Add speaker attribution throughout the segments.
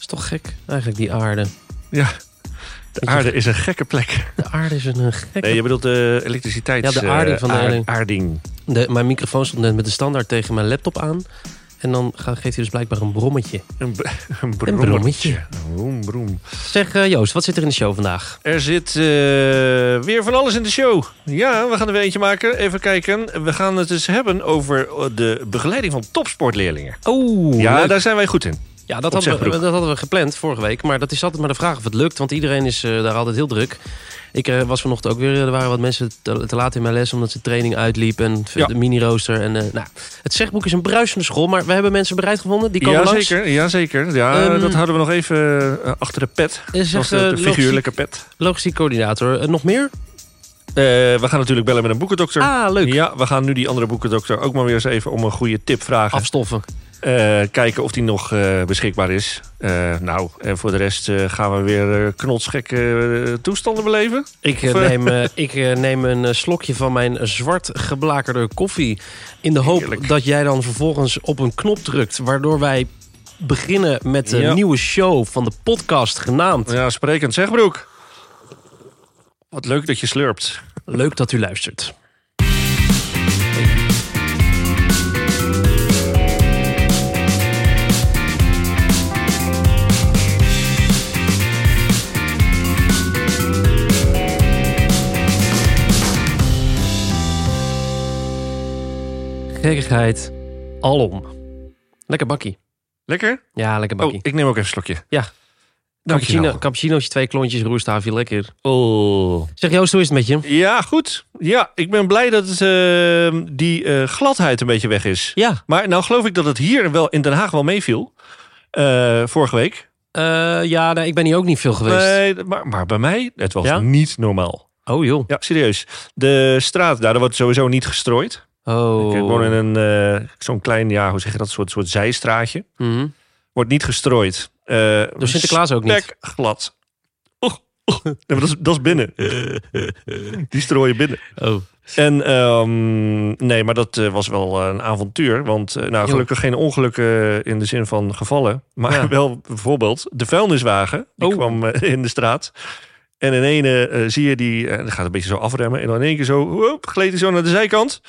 Speaker 1: is toch gek, eigenlijk, die aarde.
Speaker 2: Ja, de
Speaker 1: je-
Speaker 2: aarde is een gekke plek.
Speaker 1: De aarde is een eh, gekke...
Speaker 2: Nee, je bedoelt de elektriciteits...
Speaker 1: Ja, de aarding van de
Speaker 2: eh, aard-
Speaker 1: aarding.
Speaker 2: aarding.
Speaker 1: De- mijn microfoon stond net met de standaard tegen mijn laptop aan. En dan ga- geeft hij dus blijkbaar een brommetje.
Speaker 2: Een, b- een
Speaker 1: Een brommetje.
Speaker 2: brommetje. Broem, broem.
Speaker 1: Zeg eh, Joost, wat zit er in de show vandaag?
Speaker 2: Er zit eh, weer van alles in de show. Ja, we gaan er weer eentje maken. Even kijken. We gaan het dus hebben over eh, de begeleiding van topsportleerlingen.
Speaker 1: Oh,
Speaker 2: ja, daar zijn wij goed in.
Speaker 1: ja dat, hadden we,
Speaker 2: Zegbroek.
Speaker 1: dat hadden we gepland vorige week. Maar dat is altijd maar de vraag of het lukt. Want iedereen is eh, daar altijd heel druk. Ik eh, was vanochtend ook weer... Er waren wat mensen te, te laat in mijn les... omdat ze training uitliep en
Speaker 2: Ja.
Speaker 1: de mini-rooster. En, eh, nou, het zegboek is een bruisende school. Maar we hebben mensen bereid gevonden. Die komen
Speaker 2: ja,
Speaker 1: langs.
Speaker 2: zeker, ja, zeker. Ja,
Speaker 1: Ehm,
Speaker 2: dat houden we nog even eh, achter de pet.
Speaker 1: Eh, Zeg,
Speaker 2: Zoals de,
Speaker 1: eh,
Speaker 2: de figuurlijke pet.
Speaker 1: logistiek, logistiek coördinator. Eh, nog meer?
Speaker 2: Eh, we gaan natuurlijk bellen met een boekendokter.
Speaker 1: Ah, leuk.
Speaker 2: Ja, we gaan nu die andere boekendokter ook maar weer eens even om een goede tip vragen.
Speaker 1: Afstoffen.
Speaker 2: Eh, kijken of die nog eh, beschikbaar is. Eh, nou, en voor de rest eh, gaan we weer eh, knotsgekke eh, toestanden beleven.
Speaker 1: Ik, eh,
Speaker 2: Of, eh,
Speaker 1: neem, eh, ik eh, neem een eh, slokje van mijn zwart geblakerde koffie. In de hoop
Speaker 2: Heerlijk.
Speaker 1: dat jij dan vervolgens op een knop drukt. Waardoor wij beginnen met de
Speaker 2: Ja.
Speaker 1: nieuwe show van de podcast genaamd.
Speaker 2: Ja, sprekend zeg, Broek. Wat leuk dat je slurpt.
Speaker 1: Leuk dat u luistert. Gekkigheid alom. Lekker bakkie.
Speaker 2: Lekker?
Speaker 1: Ja, lekker
Speaker 2: Oh,
Speaker 1: bakkie.
Speaker 2: ik neem ook even een slokje.
Speaker 1: Ja. Cappuccino,
Speaker 2: Dankjewel.
Speaker 1: cappuccinootje, twee klontjes, roerstaafje, lekker.
Speaker 2: Oh.
Speaker 1: Zeg Joost, hoe is het met je?
Speaker 2: Ja, goed. Ja, ik ben blij dat het, eh, die eh, gladheid een beetje weg is.
Speaker 1: Ja,
Speaker 2: Maar nou geloof ik dat het hier wel in Den Haag wel meeviel. Eh, vorige week.
Speaker 1: eh, ja nee, ik ben hier ook niet veel geweest.
Speaker 2: Nee, maar, maar bij mij, het was
Speaker 1: Ja?
Speaker 2: niet normaal.
Speaker 1: Oh joh.
Speaker 2: Ja, serieus. De straat daar, daar wordt sowieso niet gestrooid.
Speaker 1: Oh.
Speaker 2: Ik woon in een, eh, zo'n klein, ja, hoe zeg je dat, soort, soort zijstraatje.
Speaker 1: Mhm.
Speaker 2: Wordt niet gestrooid. Eh,
Speaker 1: Door Sinterklaas ook niet.
Speaker 2: Spek glad. Och, och. oh. Nee, maar dat, is, dat is binnen. Die strooien binnen.
Speaker 1: Oh.
Speaker 2: En ehm, nee, maar dat eh, was wel eh, een avontuur. Want eh, nou,
Speaker 1: Jo.
Speaker 2: gelukkig geen ongelukken eh, in de zin van gevallen. Maar
Speaker 1: Ja.
Speaker 2: wel bijvoorbeeld de vuilniswagen. Die
Speaker 1: Oh.
Speaker 2: kwam eh, in de straat. En in ene eh, zie je die, eh, die gaat een beetje zo afremmen. En dan in één keer zo, hoop, gleed hij zo naar de zijkant.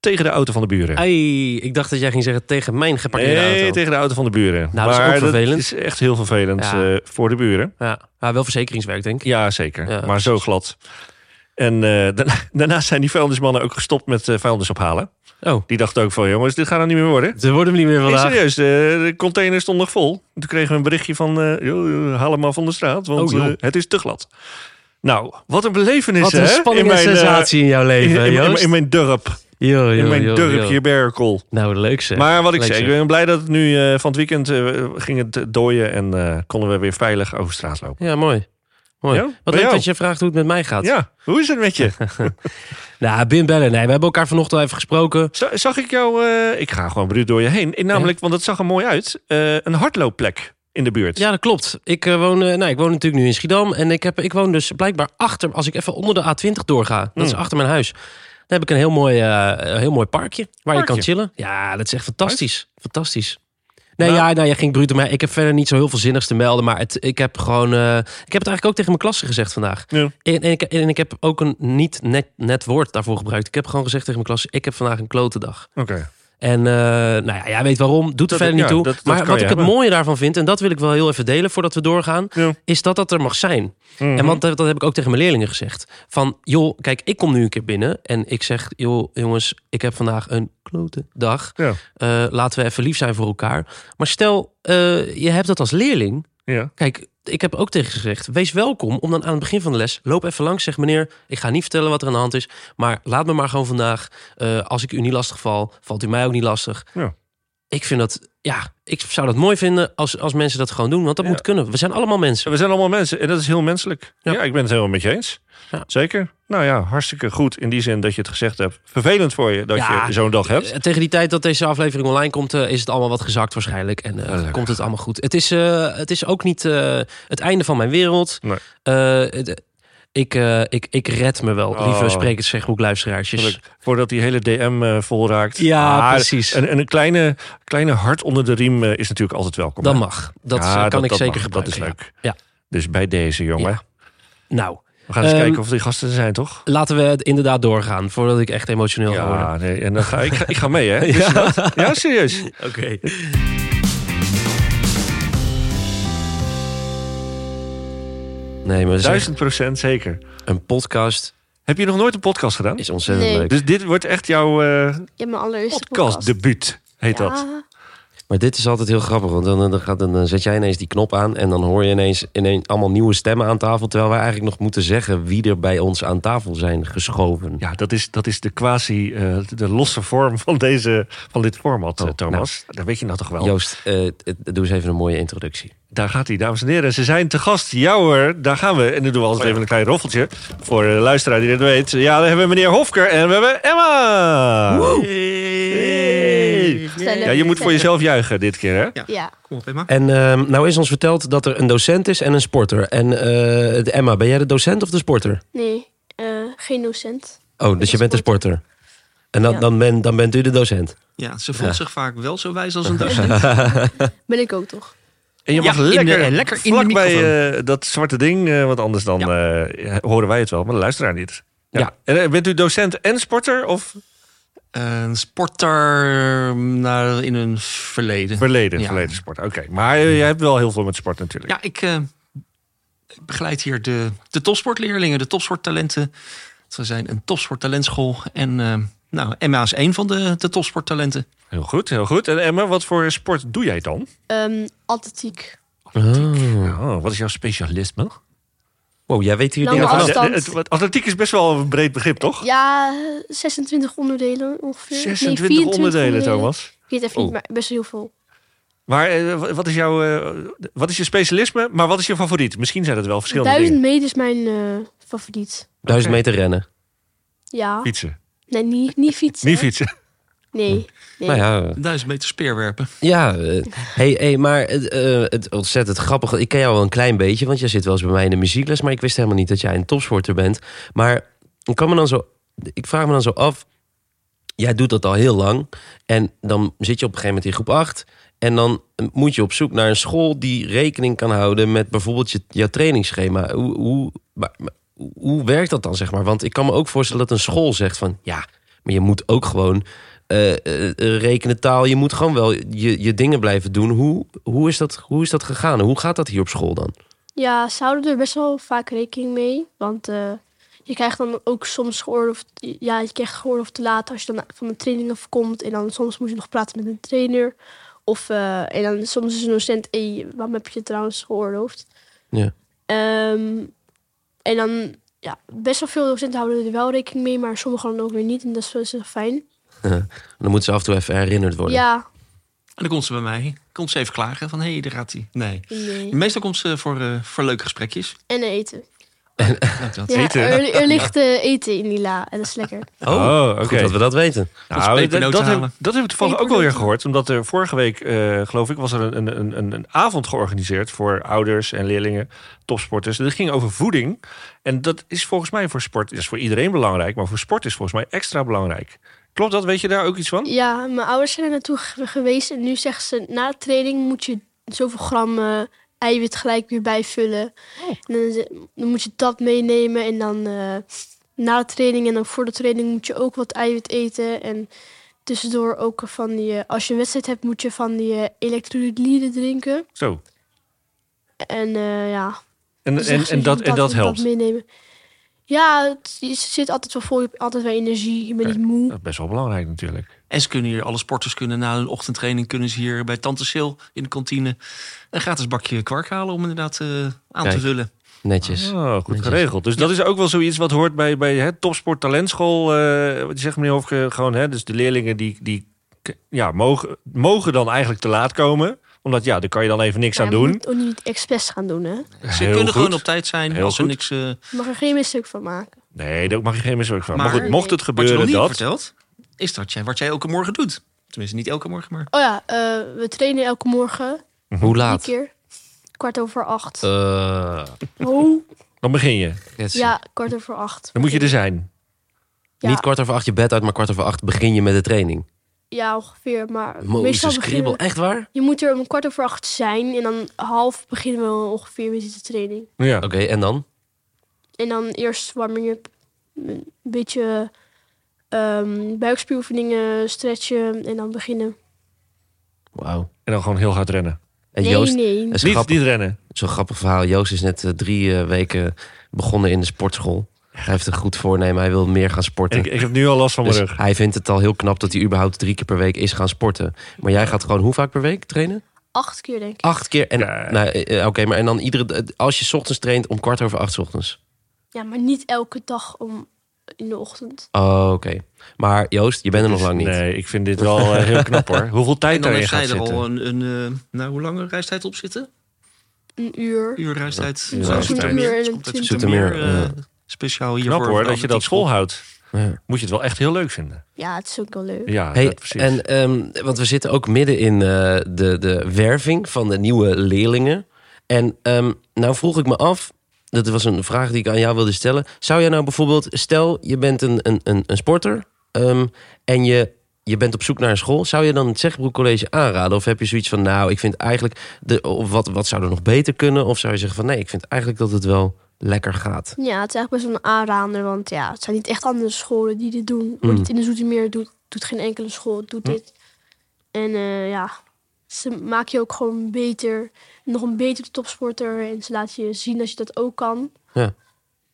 Speaker 2: Tegen de auto van de buren.
Speaker 1: Ei, ik dacht dat jij ging zeggen tegen mijn geparkeerde
Speaker 2: nee,
Speaker 1: auto.
Speaker 2: tegen de auto van de buren.
Speaker 1: Nou, dat is ook vervelend.
Speaker 2: is echt heel vervelend
Speaker 1: Ja.
Speaker 2: eh, voor de buren.
Speaker 1: Ja, maar wel verzekeringswerk denk ik.
Speaker 2: Ja, zeker.
Speaker 1: Ja.
Speaker 2: Maar zo glad. En eh, daarna, daarnaast zijn die vuilnismannen ook gestopt met eh, vuilnis ophalen.
Speaker 1: Oh.
Speaker 2: Die dachten ook van, jongens, dit gaat er niet meer worden.
Speaker 1: Ze worden hem niet meer
Speaker 2: Nee,
Speaker 1: vandaag.
Speaker 2: serieus, de, de container stond nog vol. Toen kregen we een berichtje van, eh, joh, joh, haal hem af van de straat, want
Speaker 1: Oh, joh.
Speaker 2: eh, het is te glad. Nou, wat een belevenis,
Speaker 1: Wat een
Speaker 2: hè?
Speaker 1: spanning
Speaker 2: in
Speaker 1: en
Speaker 2: mijn, eh,
Speaker 1: sensatie in jouw
Speaker 2: in,
Speaker 1: leven,
Speaker 2: in- in-
Speaker 1: Joost.
Speaker 2: in mijn dorp,
Speaker 1: Yo, yo,
Speaker 2: in mijn
Speaker 1: yo,
Speaker 2: dorp
Speaker 1: yo.
Speaker 2: hier Berkel.
Speaker 1: Nou, leuk zeg.
Speaker 2: Maar wat ik
Speaker 1: Leuk
Speaker 2: zei, ik
Speaker 1: zeg.
Speaker 2: ben blij dat het nu eh, van het weekend eh, ging het eh, dooien en eh, konden we weer veilig over straat lopen.
Speaker 1: Ja, mooi. Mooi.
Speaker 2: Ja, bij
Speaker 1: Wat leuk
Speaker 2: jou?
Speaker 1: dat je vraagt hoe het met mij gaat.
Speaker 2: Ja, hoe is het met je?
Speaker 1: Nou, Bim Bellen. Nee, we hebben elkaar vanochtend al even gesproken.
Speaker 2: Za- Zag ik jou, eh, ik ga gewoon bruut door je heen. Ik, namelijk, want het zag er mooi uit, eh, een hardloopplek in de buurt.
Speaker 1: Ja, dat klopt. Ik, eh, woon, eh, nou, ik woon natuurlijk nu in Schiedam. En ik, heb, ik woon dus blijkbaar achter... Als ik even onder de A20 doorga, dat is
Speaker 2: Hmm.
Speaker 1: achter mijn huis. Dan heb ik een heel mooi, eh, een heel mooi parkje waar je kan
Speaker 2: Parkje?
Speaker 1: chillen. Ja, dat is echt fantastisch. Fantastisch. Nee,
Speaker 2: Nou.
Speaker 1: ja, nou, je ging bruut om mij. Ik heb verder niet zo heel veel zinnigs te melden. Maar het, ik heb gewoon... eh, ik heb het eigenlijk ook tegen mijn klasse gezegd vandaag.
Speaker 2: Ja.
Speaker 1: En, en, ik, en ik heb ook een niet net, net woord daarvoor gebruikt. Ik heb gewoon gezegd tegen mijn klasse... Ik heb vandaag een klote dag.
Speaker 2: Oké.
Speaker 1: En eh, nou ja, jij weet waarom. Doet er
Speaker 2: Dat-
Speaker 1: verder
Speaker 2: ja,
Speaker 1: niet toe.
Speaker 2: dat- dat
Speaker 1: maar
Speaker 2: kan
Speaker 1: wat
Speaker 2: je
Speaker 1: ik het
Speaker 2: hebben.
Speaker 1: mooie daarvan vind, en dat wil ik wel heel even delen voordat we doorgaan,
Speaker 2: Ja.
Speaker 1: is dat dat er mag zijn.
Speaker 2: Mhm.
Speaker 1: En want dat, dat heb ik ook tegen mijn leerlingen gezegd. Van joh, kijk, ik kom nu een keer binnen en ik zeg, joh, jongens, ik heb vandaag een klote dag.
Speaker 2: Ja.
Speaker 1: Eh, laten we even lief zijn voor elkaar. Maar stel, eh, je hebt dat als leerling.
Speaker 2: Ja.
Speaker 1: Kijk, ik heb ook tegen ze gezegd, wees welkom om dan aan het begin van de les, loop even langs, zeg meneer, ik ga niet vertellen wat er aan de hand is, maar laat me maar gewoon vandaag, eh, als ik u niet lastig val, valt u mij ook niet lastig.
Speaker 2: Ja.
Speaker 1: Ik vind dat, ja, ik zou dat mooi vinden als, als mensen dat gewoon doen, want dat
Speaker 2: Ja.
Speaker 1: moet kunnen. We zijn allemaal mensen.
Speaker 2: We zijn allemaal mensen en dat is heel menselijk.
Speaker 1: Ja.
Speaker 2: Ja, ik ben het helemaal met je eens.
Speaker 1: Ja.
Speaker 2: Zeker. Nou ja, hartstikke goed in die zin dat je het gezegd hebt. Vervelend voor je dat
Speaker 1: Ja.
Speaker 2: je zo'n dag hebt.
Speaker 1: Eh, Tegen die tijd dat deze aflevering online komt, eh, is het allemaal wat gezakt waarschijnlijk. En eh,
Speaker 2: Ja, lekker.
Speaker 1: komt het allemaal goed. Het is, eh, het is ook niet eh, het einde van mijn wereld.
Speaker 2: Nee.
Speaker 1: Eh, het- Ik, eh, ik, ik red me wel,
Speaker 2: Oh.
Speaker 1: lieve sprekers, zegboek, luisteraarsjes.
Speaker 2: Gelukkig. Voordat die hele DM eh, vol raakt.
Speaker 1: Ja,
Speaker 2: Maar
Speaker 1: precies.
Speaker 2: Een, een kleine, kleine hart onder de riem eh, is natuurlijk altijd welkom.
Speaker 1: Dat
Speaker 2: hè?
Speaker 1: mag. Dat
Speaker 2: Ja,
Speaker 1: eh, kan ik
Speaker 2: dat
Speaker 1: zeker
Speaker 2: mag.
Speaker 1: gebruiken.
Speaker 2: Dat is
Speaker 1: ja.
Speaker 2: leuk.
Speaker 1: Ja.
Speaker 2: Dus bij deze jongen.
Speaker 1: Ja. Nou,
Speaker 2: We gaan eens
Speaker 1: Ehm,
Speaker 2: kijken of die gasten er zijn, toch?
Speaker 1: laten we het inderdaad doorgaan voordat ik echt emotioneel ga worden.
Speaker 2: Ja, nee, en dan ga ik, ik ga mee, hè? Wist je dat? ja, serieus.
Speaker 1: Oké. Nee, maar zeg,
Speaker 2: Duizend procent zeker.
Speaker 1: een podcast
Speaker 2: Heb je nog nooit een podcast gedaan?
Speaker 1: is ontzettend
Speaker 3: Nee.
Speaker 1: leuk.
Speaker 2: Dus dit wordt echt jouw eh
Speaker 3: Ja, mijn allereerste podcast.
Speaker 2: podcastdebuut, heet dat.
Speaker 3: Ja.
Speaker 1: Maar dit is altijd heel grappig, want dan, dan, gaat, dan eh, zet jij ineens die knop aan... en dan hoor je ineens, ineens allemaal nieuwe stemmen aan tafel... terwijl wij eigenlijk nog moeten zeggen wie er bij ons aan tafel zijn geschoven.
Speaker 2: Ja, dat is, dat is de quasi, eh, de losse vorm van, deze, van dit format, eh,
Speaker 1: Oh,
Speaker 2: Thomas. Dat weet je nou toch wel.
Speaker 1: Joost, eh, eh, doe eens even een mooie introductie.
Speaker 2: Daar gaat hij, dames en heren. Ze zijn te gast. Ja hoor, daar gaan we. En nu doen we altijd even een klein roffeltje. Voor de luisteraar die dit weet. Ja, dan hebben we meneer Hofker en we hebben Emma. Hey.
Speaker 3: Gezellig.
Speaker 2: Ja, je moet voor jezelf juichen dit keer, hè?
Speaker 3: Ja.
Speaker 4: Kom op, Emma.
Speaker 1: En ehm, nou is ons verteld dat er een docent is en een sporter. En eh, Emma, ben jij de docent of de sporter?
Speaker 3: Nee, eh, geen docent.
Speaker 1: Oh, dus je bent de sporter. En dan,
Speaker 3: Ja.
Speaker 1: dan, ben, dan bent u de docent.
Speaker 4: Ja, ze voelt zich vaak wel zo wijs als een docent.
Speaker 3: Ben ik ook toch?
Speaker 2: En je
Speaker 4: Ja,
Speaker 2: mag
Speaker 4: in de-
Speaker 2: lekker,
Speaker 4: eh, lekker in de
Speaker 2: vlak bij
Speaker 4: microfoon.
Speaker 2: eh, dat zwarte ding. eh, want anders dan eh, horen wij het wel, maar de luisteraar niet. Ja.
Speaker 1: Ja.
Speaker 2: En eh, bent u docent en sporter of
Speaker 4: Een sporter ehm, naar in hun verleden.
Speaker 2: verleden?
Speaker 4: Ja.
Speaker 2: Verleden sport, oké. Maar eh, jij hebt wel heel veel met sport natuurlijk.
Speaker 4: Ja, ik, eh, ik begeleid hier de, de topsportleerlingen, de topsporttalenten. Ze zijn een topsporttalentschool. En eh, nou, Emma is één van de, de topsporttalenten.
Speaker 2: Heel goed, heel goed. En Emma, wat voor sport doe jij dan?
Speaker 3: Ehm atletiek.
Speaker 2: Oh, wat is jouw specialisme?
Speaker 1: Wow, jij weet hier
Speaker 3: Lange
Speaker 1: dingen
Speaker 3: afstand.
Speaker 1: vanaf.
Speaker 2: Ja, het- het- atletiek is best wel een breed begrip, toch?
Speaker 3: Ja, 26 onderdelen ongeveer. Nee,
Speaker 2: 26
Speaker 3: 24
Speaker 2: onderdelen, Thomas.
Speaker 3: Ik weet even
Speaker 2: Oh.
Speaker 3: niet, maar best wel heel veel.
Speaker 2: Maar eh, wa- wat is jouw eh, wat is je specialisme, maar wat is je favoriet? Misschien zijn dat wel verschillende
Speaker 3: Duizend
Speaker 2: dingen.
Speaker 3: meter is mijn eh, favoriet.
Speaker 1: Duizend meter rennen.
Speaker 3: Ja.
Speaker 2: Fietsen.
Speaker 3: Nee, niet, niet fietsen.
Speaker 2: Niet fietsen.
Speaker 3: Nee. nee.
Speaker 1: Nou ja, eh,
Speaker 4: Duizend meter speerwerpen.
Speaker 1: ja eh, hey, hey, maar het, eh, het ontzettend grappig. Ik ken jou wel een klein beetje, want jij zit wel eens bij mij in de muziekles. Maar ik wist helemaal niet dat jij een topsporter bent. Maar ik, kan me dan zo, ik vraag me dan zo af. Jij doet dat al heel lang. En dan zit je op een gegeven moment in groep 8. En dan moet je op zoek naar een school die rekening kan houden met bijvoorbeeld je, jouw trainingsschema. Hoe, hoe, maar- maar hoe werkt dat dan, zeg maar? Want ik kan me ook voorstellen dat een school zegt van ja, maar je moet ook gewoon eh, eh, eh, rekenen taal. Je moet gewoon wel je, je dingen blijven doen. Hoe, hoe, is dat, hoe is dat gegaan? Hoe gaat dat hier op school dan?
Speaker 3: Ja, ze houden er best wel vaak rekening mee. Want eh, je krijgt dan ook soms geoorloofd, ja, je krijgt geoorloofd te laat als je dan van de training afkomt. En dan soms moet je nog praten met een trainer. Of, eh, en dan soms is een docent, hé, waarom heb je het trouwens geoorloofd?
Speaker 1: Ja.
Speaker 3: Ehm, en dan, ja, best wel veel docenten houden er wel rekening mee, maar sommigen dan ook weer niet. En dat is wel heel fijn.
Speaker 1: Dan moeten ze af en toe even herinnerd worden.
Speaker 3: Ja,
Speaker 4: En dan komt ze bij mij. Komt ze even klagen van, hé, hey, daar gaat hij. Nee.
Speaker 3: nee.
Speaker 4: Meestal komt ze voor, eh, voor leuke gesprekjes. Nou,
Speaker 3: en eten.
Speaker 4: Ook dat.
Speaker 3: Ja,
Speaker 2: Eten?
Speaker 3: Er, er ligt eh, eten in die la en dat is lekker.
Speaker 1: Oh,
Speaker 2: oké.
Speaker 1: goed dat we dat weten.
Speaker 4: Of
Speaker 2: Nou, dat,
Speaker 4: pepernoten
Speaker 2: dat, heb,
Speaker 4: halen.
Speaker 2: dat heb ik toevallig ook wel weer gehoord. Omdat er vorige week, eh, geloof ik, was er een, een, een- een, een avond georganiseerd... voor ouders en leerlingen, topsporters. En dat ging over voeding. En dat is volgens mij voor sport... is voor iedereen belangrijk, maar voor sport is volgens mij extra belangrijk. Klopt dat? Weet je daar ook iets van?
Speaker 3: Ja, mijn ouders zijn er naartoe ge- geweest en nu zeggen ze na de training moet je zoveel gram eh, eiwit gelijk weer bijvullen.
Speaker 2: Oh.
Speaker 3: En dan, ze- dan moet je dat meenemen en dan eh, na de training en dan voor de training moet je ook wat eiwit eten. En tussendoor ook van die, eh, als je een wedstrijd hebt moet je van die eh, elektrolyten drinken.
Speaker 2: Zo.
Speaker 3: En eh, ja,
Speaker 2: En,
Speaker 3: dan
Speaker 2: en,
Speaker 3: zeggen ze
Speaker 2: en, dat, en dat helpt.
Speaker 3: Dat meenemen. Ja, het is- zit altijd wel vol, je hebt altijd wel energie, je bent niet moe.
Speaker 2: Dat is best wel belangrijk natuurlijk.
Speaker 4: En ze kunnen hier, alle sporters kunnen na hun ochtendtraining... kunnen ze hier bij Tante Sil in de kantine... een gratis bakje kwark halen om inderdaad eh, aan
Speaker 1: Kijk.
Speaker 4: te vullen.
Speaker 1: Netjes.
Speaker 2: Oh, goed geregeld. Dus dat is ook wel zoiets wat hoort bij, bij hè, topsport talentschool. eh wat je zegt meneer Hofke, gewoon hè, dus de leerlingen die, die k- ja, mogen, mogen dan eigenlijk te laat komen. Omdat ja, daar kan je dan even niks aan
Speaker 3: Maar je
Speaker 2: doen.
Speaker 3: moet ook niet expres gaan doen, hè?
Speaker 4: Ze
Speaker 2: Heel
Speaker 4: kunnen
Speaker 2: goed.
Speaker 4: gewoon op tijd zijn
Speaker 2: Heel
Speaker 4: als ze
Speaker 2: goed.
Speaker 4: niks... eh,
Speaker 3: Je mag er geen misstuk van maken.
Speaker 2: Nee, daar mag je geen misbruik van. Maar,
Speaker 4: Maar-
Speaker 2: goed, mocht het
Speaker 4: wat je nog
Speaker 2: gebeuren
Speaker 4: niet
Speaker 2: dat...
Speaker 4: vertelt, is dat jij, wat jij elke morgen doet. Tenminste, niet elke morgen, maar...
Speaker 3: Oh ja, eh, we trainen elke morgen.
Speaker 1: Hoe
Speaker 3: Mhm. Drie
Speaker 1: laat?
Speaker 3: keer. Kwart over acht.
Speaker 1: Eh,
Speaker 3: Oh,
Speaker 2: Dan begin je.
Speaker 1: Ketsen.
Speaker 3: Ja, kwart over acht.
Speaker 2: Dan moet je er zijn.
Speaker 3: Ja.
Speaker 1: Niet kwart over acht je bed uit, maar kwart over acht begin je met de training.
Speaker 3: Ja, ongeveer. Maar meestal
Speaker 1: Mozes
Speaker 3: beginnen
Speaker 1: kriebel,
Speaker 3: we-
Speaker 1: echt waar?
Speaker 3: Je moet er om kwart over acht zijn. En dan half beginnen we ongeveer met de training.
Speaker 2: Ja.
Speaker 1: Oké, en dan?
Speaker 3: En dan eerst warming-up. Een beetje ehm, buikspieroefeningen, stretchen. En dan beginnen.
Speaker 1: Wauw.
Speaker 2: En dan gewoon heel hard rennen.
Speaker 1: En
Speaker 3: nee,
Speaker 1: Joost,
Speaker 3: nee.
Speaker 1: dat is
Speaker 2: Niet,
Speaker 1: grappig.
Speaker 2: niet rennen.
Speaker 1: Zo'n grappig verhaal. Joost is net eh, drie eh, weken begonnen in de sportschool. Hij heeft een goed voornemen. Hij wil meer gaan sporten.
Speaker 2: En ik, ik heb nu al last van mijn
Speaker 1: Dus
Speaker 2: rug.
Speaker 1: hij vindt het al heel knap dat hij überhaupt drie keer per week is gaan sporten. Maar jij gaat gewoon hoe vaak per week trainen?
Speaker 3: Acht keer denk ik.
Speaker 1: Acht keer. En,
Speaker 2: Ja.
Speaker 1: nou, eh, Oké, maar en dan iedere, eh, als je 's ochtends traint om kwart over acht 's ochtends.
Speaker 3: Ja, maar niet elke dag om in de ochtend.
Speaker 1: Oh, Oké. Maar Joost, je bent er nog lang niet.
Speaker 2: Nee, ik vind dit wel eh, heel knap hoor. Hoeveel
Speaker 4: En
Speaker 2: tijd
Speaker 4: dan
Speaker 2: daarin
Speaker 4: heeft
Speaker 2: gaat
Speaker 4: hij er al
Speaker 2: zitten.
Speaker 4: een, een eh, nou, hoe lang een reistijd op zitten?
Speaker 3: Een uur.
Speaker 4: Uur reistijd.
Speaker 2: Ja,
Speaker 4: Zo'n
Speaker 2: Zoetermeer
Speaker 4: Zoetermeer.
Speaker 3: en
Speaker 4: Het komt uit
Speaker 1: Zoetermeer,
Speaker 4: Zoetermeer,
Speaker 1: ja.
Speaker 4: eh, Speciaal hiervoor.
Speaker 2: Knap hoor,
Speaker 4: voor de
Speaker 2: dat je dat
Speaker 4: atletiek school.
Speaker 2: volhoudt.
Speaker 1: Ja.
Speaker 2: Moet je het wel echt heel leuk vinden.
Speaker 3: Ja, het is ook wel leuk.
Speaker 2: Ja,
Speaker 1: Hey,
Speaker 2: ja, precies.
Speaker 1: en, ehm, want we zitten ook midden in eh, de, de werving van de nieuwe leerlingen. En ehm, nou vroeg ik me af, dat was een vraag die ik aan jou wilde stellen. Zou jij nou bijvoorbeeld, stel je bent een, een, een, een sporter ehm, en je, je bent op zoek naar een school. Zou je dan het Zegbroek College aanraden? Of heb je zoiets van, nou ik vind eigenlijk, de, of wat, wat zou er nog beter kunnen? Of zou je zeggen van, nee ik vind eigenlijk dat het wel lekker gaat.
Speaker 3: Ja, het is echt best wel een aanrader, want ja, het zijn niet echt andere scholen die dit doen. Wordt
Speaker 1: Mm.
Speaker 3: het in de Zoetermeer doet, doet geen enkele school, doet dit. En eh, ja, ze maken je ook gewoon beter, nog een betere topsporter. En ze laten je zien dat je dat ook kan.
Speaker 1: Ja.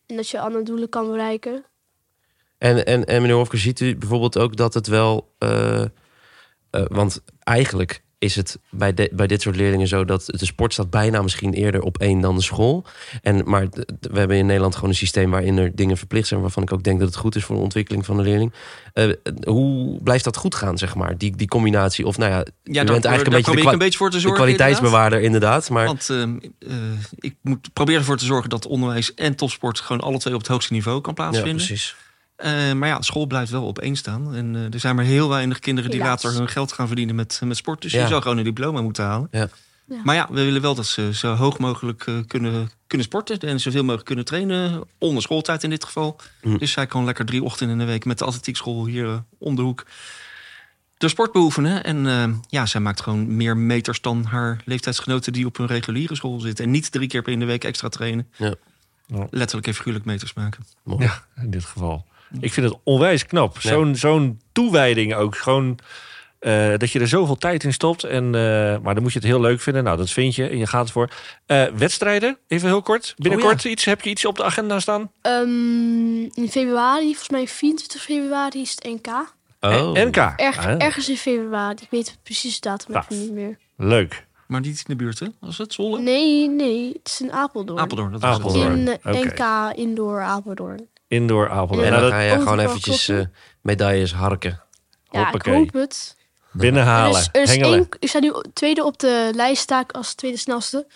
Speaker 3: En dat je andere doelen kan bereiken.
Speaker 1: En, en, en meneer Hofker, ziet u bijvoorbeeld ook dat het wel. eh, eh, want eigenlijk is het bij, de- bij dit soort leerlingen zo dat de sport staat bijna misschien eerder op één dan de school. En, maar d- d- we hebben in Nederland gewoon een systeem waarin er dingen verplicht zijn, waarvan ik ook denk dat het goed is voor de ontwikkeling van de leerling. Eh, hoe blijft dat goed gaan, zeg maar? Die, die combinatie? Of nou ja,
Speaker 4: Ja,
Speaker 1: u
Speaker 4: daar,
Speaker 1: bent eigenlijk een
Speaker 4: daar
Speaker 1: beetje de,
Speaker 4: probeer ik
Speaker 1: kwa-
Speaker 4: een beetje voor te
Speaker 1: de
Speaker 4: zorgen. inderdaad.
Speaker 1: kwaliteitsbewaarder, inderdaad. Maar
Speaker 4: Want eh, eh, ik moet proberen ervoor te zorgen dat onderwijs en topsport gewoon alle twee op het hoogste niveau kan
Speaker 1: ja,
Speaker 4: plaatsvinden.
Speaker 1: precies.
Speaker 4: Eh, maar ja, school blijft wel op één staan. En eh, er zijn maar heel weinig kinderen die
Speaker 3: Helaas.
Speaker 4: later hun geld gaan verdienen met, met sport. Dus
Speaker 1: Ja.
Speaker 4: je zou gewoon een diploma moeten halen.
Speaker 1: Ja.
Speaker 3: Ja.
Speaker 4: Maar ja, we willen wel dat ze zo hoog mogelijk eh, kunnen, kunnen sporten. En zoveel mogelijk kunnen trainen. Onder schooltijd in dit geval.
Speaker 1: Hm.
Speaker 4: Dus zij kan lekker drie ochtenden in de week met de atletiekschool hier eh, om de hoek. De sport beoefenen. En eh, ja, zij maakt gewoon meer meters dan haar leeftijdsgenoten die op hun reguliere school zitten. En niet drie keer per in de week extra trainen.
Speaker 1: Ja.
Speaker 2: Ja.
Speaker 4: Letterlijk en figuurlijk meters maken.
Speaker 1: Mooi.
Speaker 2: Ja, in dit geval. Ik vind het onwijs knap. Zo'n zo'n toewijding ook. Gewoon eh, dat je er zoveel tijd in stopt. En, eh, maar dan moet je het heel leuk vinden. Nou, dat vind je en je gaat ervoor. Eh, wedstrijden, even heel kort. Binnenkort
Speaker 3: Oh
Speaker 2: iets, heb je iets op de agenda staan?
Speaker 3: Ehm, in februari, volgens mij 24 februari, is het NK.
Speaker 1: Oh.
Speaker 2: Eh, NK.
Speaker 3: Erg,
Speaker 2: Ah,
Speaker 3: Ergens in februari, ik weet precies de datum
Speaker 2: Gaaf.
Speaker 3: even niet meer.
Speaker 2: Leuk.
Speaker 4: Maar niet in de buurt, hè? Was het Zwolle?
Speaker 3: Nee, nee, het is in Apeldoorn.
Speaker 4: Apeldoorn. Dat was het.
Speaker 2: Apeldoorn.
Speaker 3: In eh,
Speaker 2: Oké.
Speaker 3: NK Indoor Apeldoorn.
Speaker 2: Indoor Apeldoorn.
Speaker 1: En
Speaker 2: Nou,
Speaker 1: dan
Speaker 2: dat
Speaker 1: ga je gewoon
Speaker 3: overal
Speaker 1: eventjes
Speaker 3: kloppen.
Speaker 1: eh, medailles harken.
Speaker 3: Ja,
Speaker 2: Hoppakee.
Speaker 3: ik hoop het. Er
Speaker 2: binnenhalen.
Speaker 3: is, er is
Speaker 2: hengelen.
Speaker 3: één, ik sta nu tweede op de lijst, sta ik als tweede snelste.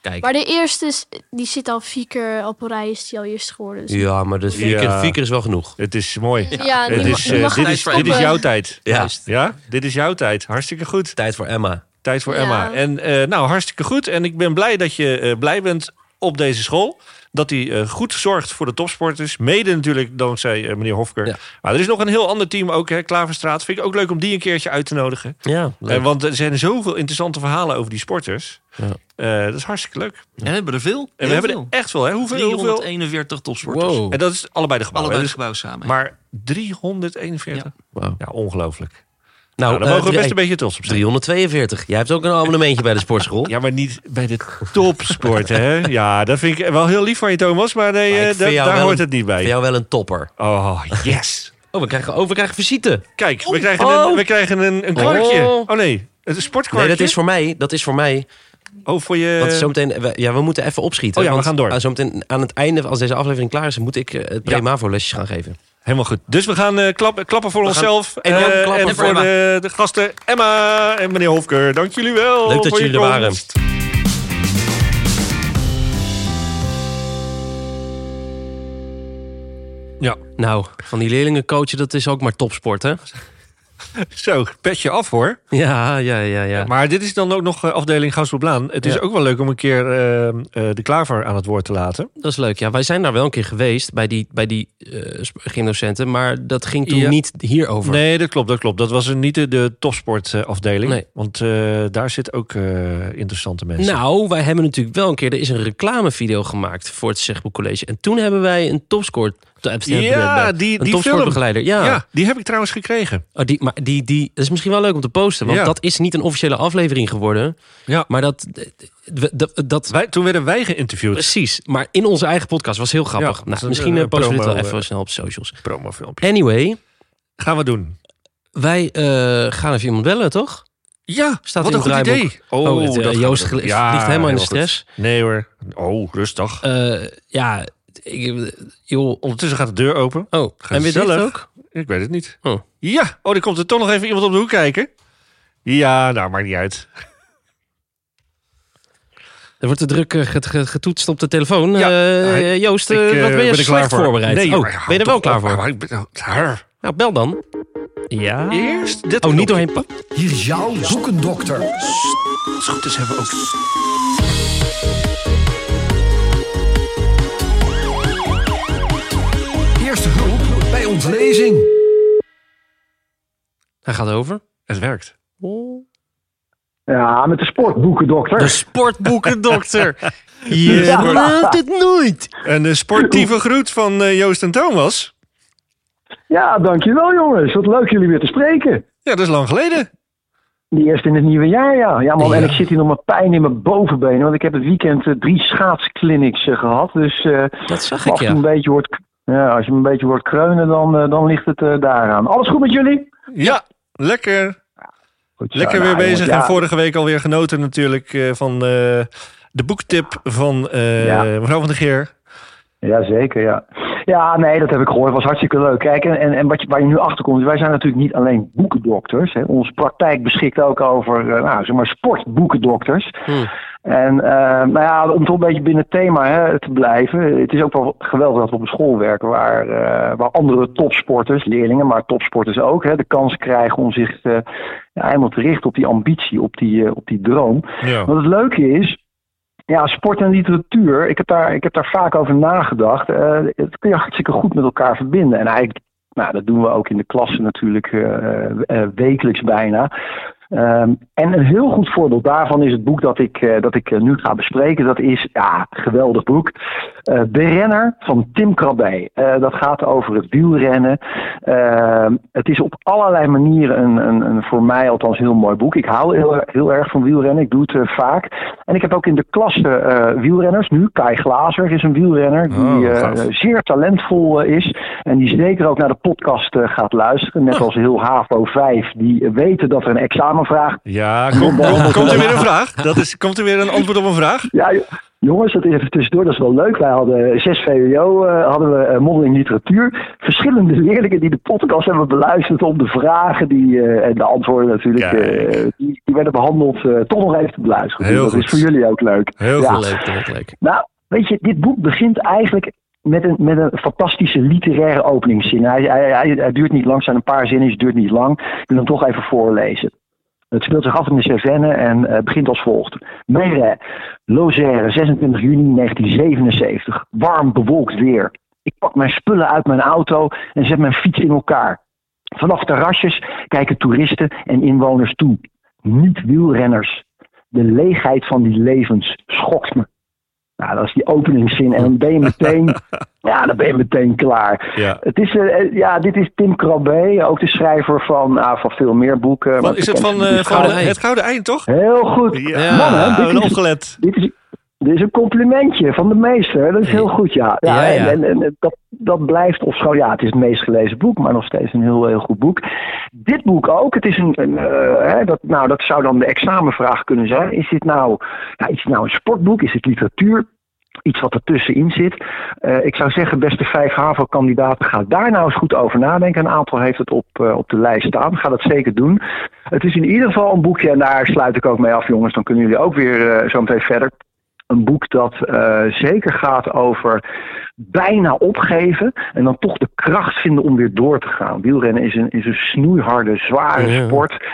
Speaker 1: Kijk.
Speaker 3: Maar de eerste, is, die zit al vier keer op een rij, is die al eerst geworden. Dus
Speaker 1: Ja, maar dat vier,
Speaker 2: Ja.
Speaker 1: keer, vier keer is wel genoeg.
Speaker 2: Het is mooi.
Speaker 3: ja, die
Speaker 2: Het
Speaker 3: ma-
Speaker 2: is,
Speaker 3: die
Speaker 2: eh,
Speaker 3: mag
Speaker 2: dit,
Speaker 3: niet
Speaker 2: is, dit
Speaker 3: stoppen.
Speaker 2: is jouw tijd.
Speaker 1: Ja.
Speaker 2: Ja, dit is jouw tijd. Hartstikke goed.
Speaker 1: Tijd voor Emma.
Speaker 2: Tijd voor
Speaker 3: Ja.
Speaker 2: Emma. En eh, nou, hartstikke goed. En ik ben blij dat je eh, blij bent op deze school. Dat hij eh, goed zorgt voor de topsporters. Mede natuurlijk dankzij eh, meneer Hofker.
Speaker 1: Ja.
Speaker 2: Maar er is nog een heel ander team ook, hè, Klaverstraat. Vind ik ook leuk om die een keertje uit te nodigen.
Speaker 1: Ja, leuk.
Speaker 2: Eh, want er zijn zoveel interessante verhalen over die sporters.
Speaker 1: Ja.
Speaker 2: Eh, dat is hartstikke leuk. En
Speaker 4: En we hebben er veel.
Speaker 2: we hebben er echt wel. Hè? Hoeveel, hoeveel?
Speaker 4: 341 topsporters.
Speaker 1: wow.
Speaker 2: En dat is allebei de gebouwen.
Speaker 4: Allebei het
Speaker 2: hè?
Speaker 4: gebouw samen.
Speaker 2: Oh, Dus- Maar 341? Ja,
Speaker 1: Wauw.
Speaker 2: ongelooflijk. Nou,
Speaker 1: Nou,
Speaker 2: daar
Speaker 1: eh,
Speaker 2: mogen we best
Speaker 1: drie-
Speaker 2: een beetje trots op zijn.
Speaker 1: 342. Jij hebt ook een abonnementje bij de sportschool.
Speaker 2: Ja, maar niet bij de topsport, hè? Ja, dat vind ik wel heel lief van je, Thomas. Maar nee,
Speaker 1: Maar ik
Speaker 2: eh,
Speaker 1: vind
Speaker 2: da-
Speaker 1: jou
Speaker 2: daar
Speaker 1: wel
Speaker 2: hoort
Speaker 1: een-
Speaker 2: het niet
Speaker 1: Voor
Speaker 2: bij.
Speaker 1: jou wel een topper.
Speaker 2: Oh, yes.
Speaker 1: Oh, we krijgen, oh, we krijgen visite.
Speaker 2: Kijk, we krijgen
Speaker 1: Oh.
Speaker 2: een, we krijgen een, een kwarkje.
Speaker 1: Oh.
Speaker 2: Oh nee, een
Speaker 1: Nee,
Speaker 2: sportkwarkje.
Speaker 1: dat is voor mij. Dat is voor mij.
Speaker 2: Oh, voor je...
Speaker 1: Want zometeen, we, ja, we moeten even opschieten.
Speaker 2: Oh ja, we
Speaker 1: want,
Speaker 2: gaan door.
Speaker 1: ah, zometeen aan het einde, als deze aflevering klaar is, moet ik eh, het
Speaker 2: Ja.
Speaker 1: pre-MAVO-lesjes gaan geven.
Speaker 2: Helemaal goed. Dus we gaan eh, klappen, klappen voor
Speaker 1: gaan
Speaker 2: onszelf.
Speaker 1: enorm
Speaker 2: eh,
Speaker 1: klappen voor
Speaker 2: en voor
Speaker 1: Emma.
Speaker 2: de, de gasten Emma en meneer Hofker. Dank jullie wel
Speaker 1: Leuk dat
Speaker 2: voor je
Speaker 1: jullie er waren.
Speaker 2: komst. Ja,
Speaker 1: Nou, van die leerlingen coachen, dat is ook maar topsport, hè?
Speaker 2: Zo, petje af hoor.
Speaker 1: Ja, ja, ja, ja.
Speaker 2: Maar dit is dan ook nog eh, afdeling Goudsblaan. Het is
Speaker 1: Ja.
Speaker 2: ook wel leuk om een keer eh, eh, de klaver aan het woord te laten.
Speaker 1: Dat is leuk. Ja, wij zijn daar wel een keer geweest bij die, bij die eh, sp- gymdocenten. Maar dat ging toen
Speaker 2: Ja.
Speaker 1: niet hierover.
Speaker 2: Nee, dat klopt, dat klopt. Dat was een- niet de, de topsportafdeling.
Speaker 1: Nee.
Speaker 2: Want eh, daar zitten ook eh, interessante mensen.
Speaker 1: Nou, wij hebben natuurlijk wel een keer... Er is een reclamevideo gemaakt voor het Zegboek College. En toen hebben wij een topscore... eh,
Speaker 2: ja, die,
Speaker 1: een
Speaker 2: die film.
Speaker 1: topsportbegeleider. Ja,
Speaker 2: Ja. die heb ik trouwens gekregen.
Speaker 1: Oh, die, maar die, die, dat is misschien wel leuk om te posten. Want
Speaker 2: Ja.
Speaker 1: dat is niet een officiële aflevering geworden.
Speaker 2: Ja.
Speaker 1: Maar dat... dat, dat, eh, dat-
Speaker 2: Wij, toen werden wij geïnterviewd.
Speaker 1: precies. Maar in onze eigen podcast was heel grappig.
Speaker 2: Ja, dat is
Speaker 1: nou,
Speaker 2: een-
Speaker 1: misschien eh,
Speaker 2: een
Speaker 1: posten we dit wel
Speaker 2: promo,
Speaker 1: even
Speaker 2: eh.
Speaker 1: snel op socials.
Speaker 2: Promofilmpje.
Speaker 1: Anyway,
Speaker 2: Gaan we doen.
Speaker 1: wij eh, gaan even iemand bellen, toch?
Speaker 2: Ja,
Speaker 1: Staat
Speaker 2: wat
Speaker 1: in
Speaker 2: een
Speaker 1: het
Speaker 2: goed
Speaker 1: draaiboek.
Speaker 2: idee.
Speaker 1: Oh, het, eh,
Speaker 2: dat gaan we
Speaker 1: Joost
Speaker 2: doen.
Speaker 1: gel- vliegt helemaal in de
Speaker 2: heel goed.
Speaker 1: stress.
Speaker 2: Nee hoor. Oh, rustig.
Speaker 1: Eh, ja, ik, eh, joh.
Speaker 2: Ondertussen gaat de deur open.
Speaker 1: Oh, en weer dit
Speaker 2: Gezellig.
Speaker 1: ook?
Speaker 2: Ik weet het niet.
Speaker 1: Oh.
Speaker 2: Ja, oh, er komt er toch nog even iemand op de hoek kijken. Ja, nou, maakt niet uit.
Speaker 1: Er wordt te druk eh, get- get- getoetst op de telefoon.
Speaker 2: Ja,
Speaker 1: Eh,
Speaker 2: hij-
Speaker 1: Joost, eh,
Speaker 2: Ik, eh,
Speaker 1: wat ben je
Speaker 2: er klaar
Speaker 1: slecht voorbereid?
Speaker 2: Nee,
Speaker 1: oh,
Speaker 2: maar
Speaker 1: ben je er wel
Speaker 2: houdt
Speaker 1: klaar
Speaker 2: op,
Speaker 1: voor?
Speaker 2: maar ik ben- oh, haar.
Speaker 1: Nou, bel dan. Ja.
Speaker 2: Eerst dit
Speaker 1: Oh, niet
Speaker 2: knopje.
Speaker 1: doorheen. pa-
Speaker 5: Hier is jouw zoekendokter.
Speaker 2: Als het goed is hebben we ook...
Speaker 5: Eerste hulp bij ontlezing.
Speaker 1: Hij gaat over.
Speaker 2: Het werkt.
Speaker 6: Ja, met de sportboekendokter.
Speaker 1: De sportboekendokter. Je laat het nooit.
Speaker 2: Een eh, sportieve groet van eh, Joost en Thomas.
Speaker 6: Ja, dankjewel jongens. Wat leuk jullie weer te spreken.
Speaker 2: Ja, dat is lang geleden.
Speaker 6: Die eerst in het nieuwe jaar, ja. Ja man, en
Speaker 1: Ja.
Speaker 6: ik zit hier nog met pijn in mijn bovenbenen. Want ik heb het weekend eh, drie schaatsclinics eh, gehad. Dus eh,
Speaker 1: Dat zag ik,
Speaker 6: als, je een
Speaker 1: ja.
Speaker 6: beetje hoort, k- ja, als je me een beetje hoort kreunen, dan, eh, dan ligt het eh, daaraan. Alles goed met jullie?
Speaker 2: Ja, lekker.
Speaker 6: Goed, zo.
Speaker 2: Lekker
Speaker 6: Nou,
Speaker 2: weer
Speaker 6: jongens,
Speaker 2: bezig.
Speaker 6: ja.
Speaker 2: En vorige week alweer genoten natuurlijk eh, van eh, de boektip van eh,
Speaker 6: Ja.
Speaker 2: mevrouw van de Geer.
Speaker 6: Jazeker, ja. Ja, nee, dat heb ik gehoord. was hartstikke leuk. Kijk, en, en, en wat je, waar je nu achter komt, wij zijn natuurlijk niet alleen boekendokters. Hè. Onze praktijk beschikt ook over, eh, nou, zeg maar, sportboekendokters.
Speaker 1: Hmm.
Speaker 6: En eh, nou ja, om toch een beetje binnen het thema hè, te blijven. Het is ook wel geweldig dat we op een school werken waar, eh, waar andere topsporters, leerlingen, maar topsporters ook, hè, de kans krijgen om zich eh, ja, helemaal te richten op die ambitie, op die, eh, op die droom.
Speaker 2: Ja.
Speaker 6: Wat het leuke is, ja, sport en literatuur, ik heb daar, ik heb daar vaak over nagedacht. eh, dat kun je hartstikke goed met elkaar verbinden. En eigenlijk, nou, dat doen we ook in de klasse natuurlijk eh, eh, wekelijks bijna. Ehm, en een heel goed voorbeeld daarvan is het boek dat ik, eh, dat ik eh, nu ga bespreken. Dat is, ja, geweldig boek. Eh, de Renner van Tim Krabbe. Eh, dat gaat over het wielrennen. Ehm, het is op allerlei manieren een, een, een voor mij althans heel mooi boek. Ik hou heel, heel erg van wielrennen. Ik doe het eh, vaak. En ik heb ook in de klasse eh, wielrenners nu. Kai Glazer is een wielrenner die
Speaker 2: Oh,
Speaker 6: eh,
Speaker 2: gaaf.
Speaker 6: zeer talentvol eh, is. En die zeker ook naar de podcast eh, gaat luisteren.
Speaker 2: Oh.
Speaker 6: Net als heel HAVO 5. Die weten dat er een examenvraag
Speaker 2: Ja, kom, kom- komt er weer een vraag? Dat is, komt er weer een antwoord op een vraag?
Speaker 6: Ja, jo- jongens, dat is even tussendoor, dat is wel leuk. Wij hadden zes VWO, eh, hadden we eh, mondeling literatuur. Verschillende leerlingen die de podcast hebben beluisterd om de vragen die, eh, en de antwoorden natuurlijk,
Speaker 2: Kijk.
Speaker 6: eh, die, die werden behandeld, eh, toch nog even te beluisteren. Dus
Speaker 2: Heel
Speaker 6: dat
Speaker 2: goed.
Speaker 6: is voor jullie ook leuk.
Speaker 2: Heel
Speaker 6: Ja.
Speaker 2: goed.
Speaker 1: Leuk, leuk, leuk.
Speaker 6: Nou, weet je, dit boek begint eigenlijk met een, met een fantastische literaire openingszin. Hij, hij, hij, hij duurt niet lang, het zijn een paar zinnen, het duurt niet lang. Ik wil hem toch even voorlezen. Het speelt zich af in de Cévenne en eh, begint als volgt. Meret, Lozère, 26 juni 1977. Warm, bewolkt weer. Ik pak mijn spullen uit mijn auto en zet mijn fiets in elkaar. Vanaf terrasjes kijken toeristen en inwoners toe. Niet wielrenners. De leegheid van die levens schokt me. Nou, dat is die openingszin. En dan ben je meteen, ja, dan ben je meteen klaar.
Speaker 2: Ja.
Speaker 6: Het is, eh, eh, ja, dit is Tim Krabbe, ook de schrijver van, ah, van veel meer boeken. maar
Speaker 2: Wat is
Speaker 6: de
Speaker 2: het van,
Speaker 6: bekendste
Speaker 2: eh,
Speaker 6: is
Speaker 2: van
Speaker 1: Gouden Ei.
Speaker 2: het Gouden Eind, toch?
Speaker 6: Heel goed.
Speaker 2: Ja,
Speaker 6: Man, hè,
Speaker 2: we
Speaker 6: dit
Speaker 2: hebben
Speaker 6: is-
Speaker 2: opgelet.
Speaker 6: Dit is, dit is een complimentje van de meester. Dat is heel goed, ja. ja,
Speaker 1: Ja, ja.
Speaker 6: En, en, en dat, dat blijft of zo. Ja, het is het meest gelezen boek, maar nog steeds een heel, heel goed boek. Dit boek ook. Het is een. een, eh, hè, dat, nou, dat zou dan de examenvraag kunnen zijn. Is dit nou, ja, is dit nou een sportboek? Is het literatuur? Iets wat ertussenin zit. Eh, ik zou zeggen, beste vijf HAVO-kandidaten, ga daar nou eens goed over nadenken. Een aantal heeft het op, eh, op de lijst staan. Ga dat zeker doen. Het is in ieder geval een boekje en daar sluit ik ook mee af, jongens. Dan kunnen jullie ook weer eh, zo meteen verder. een boek dat eh, zeker gaat over bijna opgeven en dan toch de kracht vinden om weer door te gaan. Wielrennen is een, is een snoeiharde, zware
Speaker 1: Ja.
Speaker 6: sport.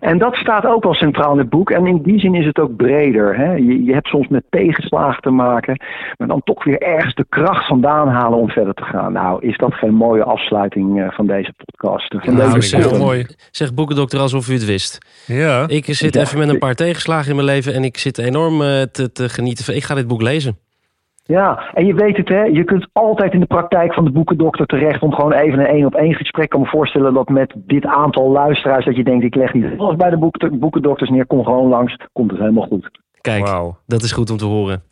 Speaker 6: En dat staat ook wel centraal in het boek. En in die zin is het ook breder. Hè? Je, je hebt soms met tegenslagen te maken, maar dan toch weer ergens de kracht vandaan halen om verder te gaan. Nou, is dat geen mooie afsluiting eh, van deze podcast? Van
Speaker 1: Nou,
Speaker 6: deze
Speaker 1: dat is heel
Speaker 6: column?
Speaker 2: mooi.
Speaker 1: Zeg boekendokter alsof u het wist.
Speaker 2: Ja.
Speaker 1: Ik zit
Speaker 6: Ja.
Speaker 1: even met een paar tegenslagen in mijn leven en ik zit enorm eh, te, te genieten. van- Ik ga dit boek lezen.
Speaker 6: Ja, en je weet het hè, je kunt altijd in de praktijk van de boekendokter terecht om gewoon even een één op één gesprek. Ik kan me voorstellen dat met dit aantal luisteraars dat je denkt ik leg niet alles bij de boek- boekendokters neer, kom gewoon langs, komt het helemaal goed.
Speaker 1: Kijk,
Speaker 2: Wauw.
Speaker 1: dat is goed om te horen.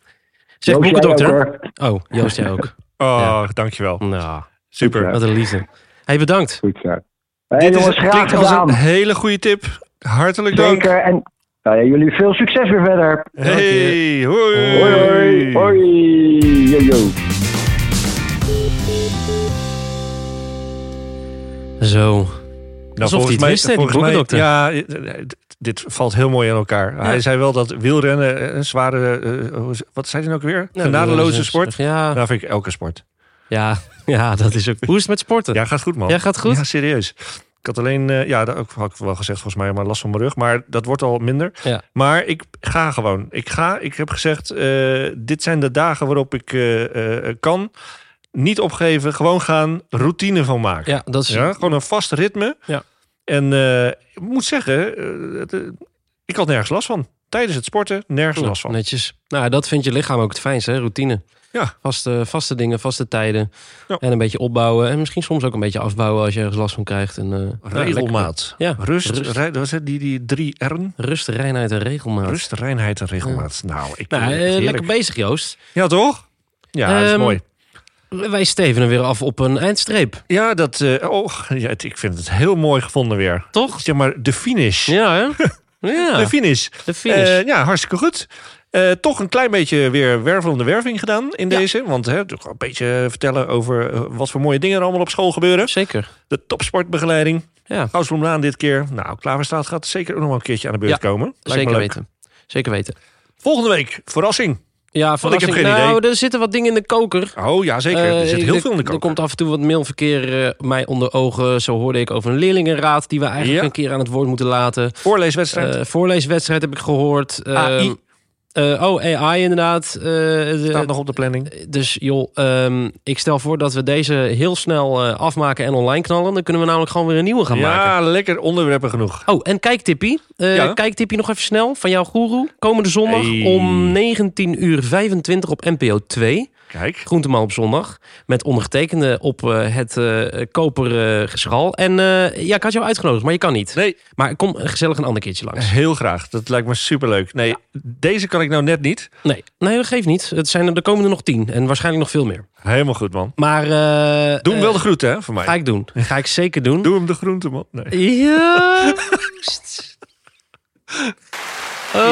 Speaker 1: Zeg
Speaker 6: Joost, jij
Speaker 1: boekendokter.
Speaker 6: ook, hoor.
Speaker 1: Oh, Joost, jij ook.
Speaker 2: Oh, dankjewel.
Speaker 1: Nou,
Speaker 2: Super.
Speaker 1: wat een liefde. hey, bedankt.
Speaker 6: Goed zo. Hey,
Speaker 2: Dit is,
Speaker 6: jongens, graag
Speaker 2: klinkt als
Speaker 6: gedaan.
Speaker 2: een hele goede tip. Hartelijk dank.
Speaker 6: Zeker. En nou ja, jullie veel succes weer verder.
Speaker 2: Hey, hoi.
Speaker 6: Hoi hoi. Hoi. Yo, yo.
Speaker 1: Zo.
Speaker 2: Nou,
Speaker 1: Alsof hij het wist, hè, die
Speaker 2: volgens mij-
Speaker 1: boekendokter.
Speaker 2: Ja, eh, eh, d- dit valt heel mooi aan elkaar. Hij zei wel dat wielrennen eh, een zware... eh, hoe is- wat zei hij nou ook weer?
Speaker 1: Nou, dat
Speaker 2: Genadeloze
Speaker 1: is-
Speaker 2: sport.
Speaker 1: Ja,
Speaker 2: Nou vind ik elke sport.
Speaker 1: ja, ja, dat is ook. Hoe is het met sporten?
Speaker 2: Ja, gaat goed man.
Speaker 1: Ja, gaat goed?
Speaker 2: Ja, serieus. Ik had alleen, eh, ja, dat ook- had ik wel gezegd volgens mij, maar last van mijn rug. Maar dat wordt al minder.
Speaker 1: Ja.
Speaker 2: Maar ik ga gewoon. Ik ga, ik heb gezegd, eh, dit zijn de dagen waarop ik eh, eh, kan. Niet opgeven, gewoon gaan, routine van maken.
Speaker 1: Ja, dat is.
Speaker 2: Ja, gewoon een vast ritme.
Speaker 1: Ja.
Speaker 2: En eh, ik moet zeggen, eh, het, eh, ik had nergens last van. Tijdens het sporten, nergens
Speaker 1: Nou,
Speaker 2: last van.
Speaker 1: Netjes. Nou, dat vindt je lichaam ook het fijnst, hè? Routine.
Speaker 2: Ja.
Speaker 1: Vaste, vaste dingen, vaste tijden.
Speaker 2: Ja.
Speaker 1: En een beetje opbouwen. En misschien soms ook een beetje afbouwen als je ergens last van krijgt. En, eh, nou, lekker.
Speaker 2: Regelmaat.
Speaker 1: Ja,
Speaker 2: Rust,
Speaker 1: rust.
Speaker 2: rei- dat was het, die, die drie R'en.
Speaker 1: Rust, reinheid en regelmaat.
Speaker 2: Rust, reinheid en regelmaat. Nou, ik
Speaker 1: Nou,
Speaker 2: vind
Speaker 1: eh,
Speaker 2: het heerlijk.
Speaker 1: lekker bezig, Joost.
Speaker 2: Ja, toch? Ja, dat is
Speaker 1: Ehm,
Speaker 2: mooi.
Speaker 1: Wij stevenen weer af op een eindstreep,
Speaker 2: Ja, dat, eh, oh, ja, het- ik vind het heel mooi gevonden weer.
Speaker 1: toch?
Speaker 2: Zeg maar, de finish.
Speaker 1: Ja, hè?
Speaker 2: De
Speaker 1: Ja,
Speaker 2: finish.
Speaker 1: de finish.
Speaker 2: Eh, ja, hartstikke goed. Eh, toch een klein beetje weer wervelende werving gedaan in deze. Want hè, toch wel een beetje vertellen over eh, wat voor mooie dingen er allemaal op school gebeuren.
Speaker 1: Zeker.
Speaker 2: De topsportbegeleiding.
Speaker 1: Ja.
Speaker 2: Goudsbloemlaan dit keer. Nou, Klaverstaat gaat zeker ook nog wel een keertje aan de beurt
Speaker 1: Ja,
Speaker 2: komen. Lijkt me
Speaker 1: Zeker
Speaker 2: leuk.
Speaker 1: weten. Zeker weten.
Speaker 2: Volgende week, verrassing.
Speaker 1: Ja,
Speaker 2: Want ik heb
Speaker 1: verrassing.
Speaker 2: geen idee.
Speaker 1: nou, er zitten wat dingen in de koker.
Speaker 2: Oh ja, zeker. er
Speaker 1: Eh,
Speaker 2: zit heel veel in de
Speaker 1: Er
Speaker 2: kant.
Speaker 1: komt af en toe wat mailverkeer eh, mij onder ogen. Zo hoorde ik over een leerlingenraad die we eigenlijk
Speaker 2: Ja.
Speaker 1: een keer aan het woord moeten laten.
Speaker 2: Voorleeswedstrijd.
Speaker 1: Eh, voorleeswedstrijd heb ik gehoord. Ehm,
Speaker 2: AI.
Speaker 1: eh, oh, AI inderdaad. Eh, de-
Speaker 2: staat nog op de planning.
Speaker 1: dus joh, ehm, ik stel voor dat we deze heel snel eh, afmaken en online knallen. Dan kunnen we namelijk gewoon weer een nieuwe gaan maken.
Speaker 2: Ja, lekker onderwerpen genoeg.
Speaker 1: Oh, en kijktippie. Eh
Speaker 2: Ja.
Speaker 1: Kijktippie nog even snel van jouw guru. Komende zondag
Speaker 2: Hey.
Speaker 1: om 19 uur 25 op NPO 2.
Speaker 2: Kijk.
Speaker 1: Groenteman op zondag. Met ondergetekende op eh, het eh koper eh geschal. En eh, ja, ik had jou uitgenodigd, maar je kan niet.
Speaker 2: Nee,
Speaker 1: Maar kom gezellig een ander keertje langs.
Speaker 2: heel graag. Dat lijkt me superleuk. Nee, deze kan ik nou net niet.
Speaker 1: Nee, nee dat geeft niet. Het zijn er de komende nog tien. En waarschijnlijk nog veel meer.
Speaker 2: Helemaal goed, man.
Speaker 1: Maar... eh,
Speaker 2: Doe hem wel
Speaker 1: eh,
Speaker 2: de groeten, hè, voor mij.
Speaker 1: Ga ik doen. Ga ik zeker doen.
Speaker 2: Doe hem de groente, man. Nee.
Speaker 1: Ja.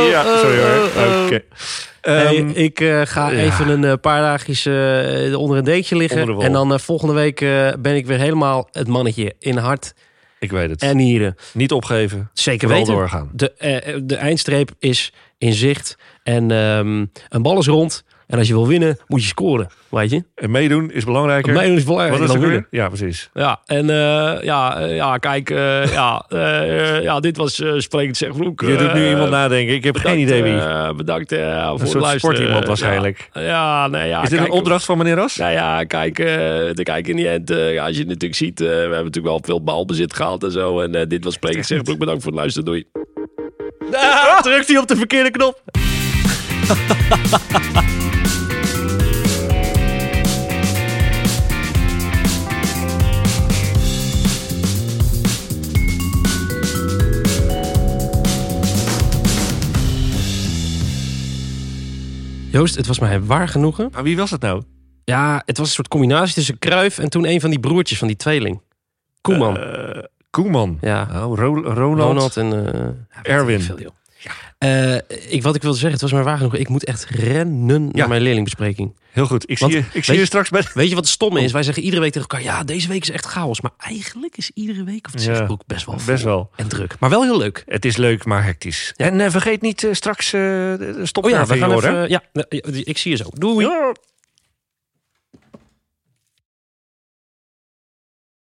Speaker 1: Oh,
Speaker 2: ja,
Speaker 1: oh,
Speaker 2: sorry hoor.
Speaker 1: oh, oh.
Speaker 2: Oké.
Speaker 1: Hey,
Speaker 2: Ehm,
Speaker 1: ik eh, ga
Speaker 2: ja.
Speaker 1: even een eh, paar dagjes eh, onder een deentje liggen.
Speaker 2: Onder de wol.
Speaker 1: en dan eh, volgende week eh, ben ik weer helemaal het mannetje in hart
Speaker 2: ik weet het.
Speaker 1: en nieren.
Speaker 2: Niet opgeven.
Speaker 1: Zeker
Speaker 2: Vooral
Speaker 1: weten.
Speaker 2: doorgaan.
Speaker 1: De, eh, eh, de eindstreep is in zicht. En ehm, een bal is rond. En als je wil winnen, moet je scoren. Weet je?
Speaker 2: En meedoen is belangrijker.
Speaker 1: Mij is
Speaker 2: Wat
Speaker 1: belangrijk
Speaker 2: is
Speaker 1: dan
Speaker 2: er
Speaker 1: winnen.
Speaker 2: weer? Ja, precies.
Speaker 1: Ja, en eh, ja, eh, ja, kijk, eh, ja, eh, eh, ja, dit was eh Sprekend Zeg Vloek.
Speaker 2: Je doet nu
Speaker 1: Eh,
Speaker 2: iemand nadenken. Ik heb geen
Speaker 1: bedankt,
Speaker 2: idee wie.
Speaker 1: eh, bedankt eh, voor
Speaker 2: Een
Speaker 1: het
Speaker 2: soort
Speaker 1: luisteren.
Speaker 2: sportiemand waarschijnlijk.
Speaker 1: Ja, ja nee, ja.
Speaker 2: Is dit een
Speaker 1: kijk,
Speaker 2: opdracht van meneer Ras?
Speaker 1: Nou ja, kijk, eh, te kijken in die end. eh, ja, als je het natuurlijk ziet, eh, we hebben natuurlijk wel veel balbezit gehad en zo. En eh, dit was Sprekend Zeg Vloek. Bedankt voor het luisteren. Doei. Ah, drukt hij op de verkeerde knop. Joost, het was mij waar genoegen.
Speaker 2: Maar wie was het nou?
Speaker 1: Ja, het was een soort combinatie tussen Kruif en toen een van die broertjes van die tweeling. Koeman.
Speaker 2: Eh, Koeman.
Speaker 1: ja.
Speaker 2: Oh, Ro- Ronald.
Speaker 1: Ronald en... eh, ja, weet ik
Speaker 2: Erwin.
Speaker 1: veel, joh. Eh, ik, wat ik wilde zeggen, het was maar waar genoeg. Ik moet echt rennen
Speaker 2: Ja.
Speaker 1: naar mijn leerlingbespreking.
Speaker 2: Heel goed. Ik zie
Speaker 1: Want-
Speaker 2: je, ik
Speaker 1: weet
Speaker 2: zie je
Speaker 1: je-
Speaker 2: straks bij.
Speaker 1: Weet je wat het
Speaker 2: Oh.
Speaker 1: stomme is? Wij zeggen iedere week tegen elkaar... ja, deze week is echt chaos. Maar eigenlijk is iedere week of het
Speaker 2: Ja,
Speaker 1: zegt ook best wel vol
Speaker 2: Best wel.
Speaker 1: en druk. Maar wel heel leuk.
Speaker 2: Het is leuk, maar hectisch. En eh, vergeet niet eh, straks eh de- de
Speaker 1: Oh ja,
Speaker 2: stopwerving
Speaker 1: we gaan
Speaker 2: horen.
Speaker 1: even... Ja, eh, ik zie je zo. Doei.
Speaker 2: Ja.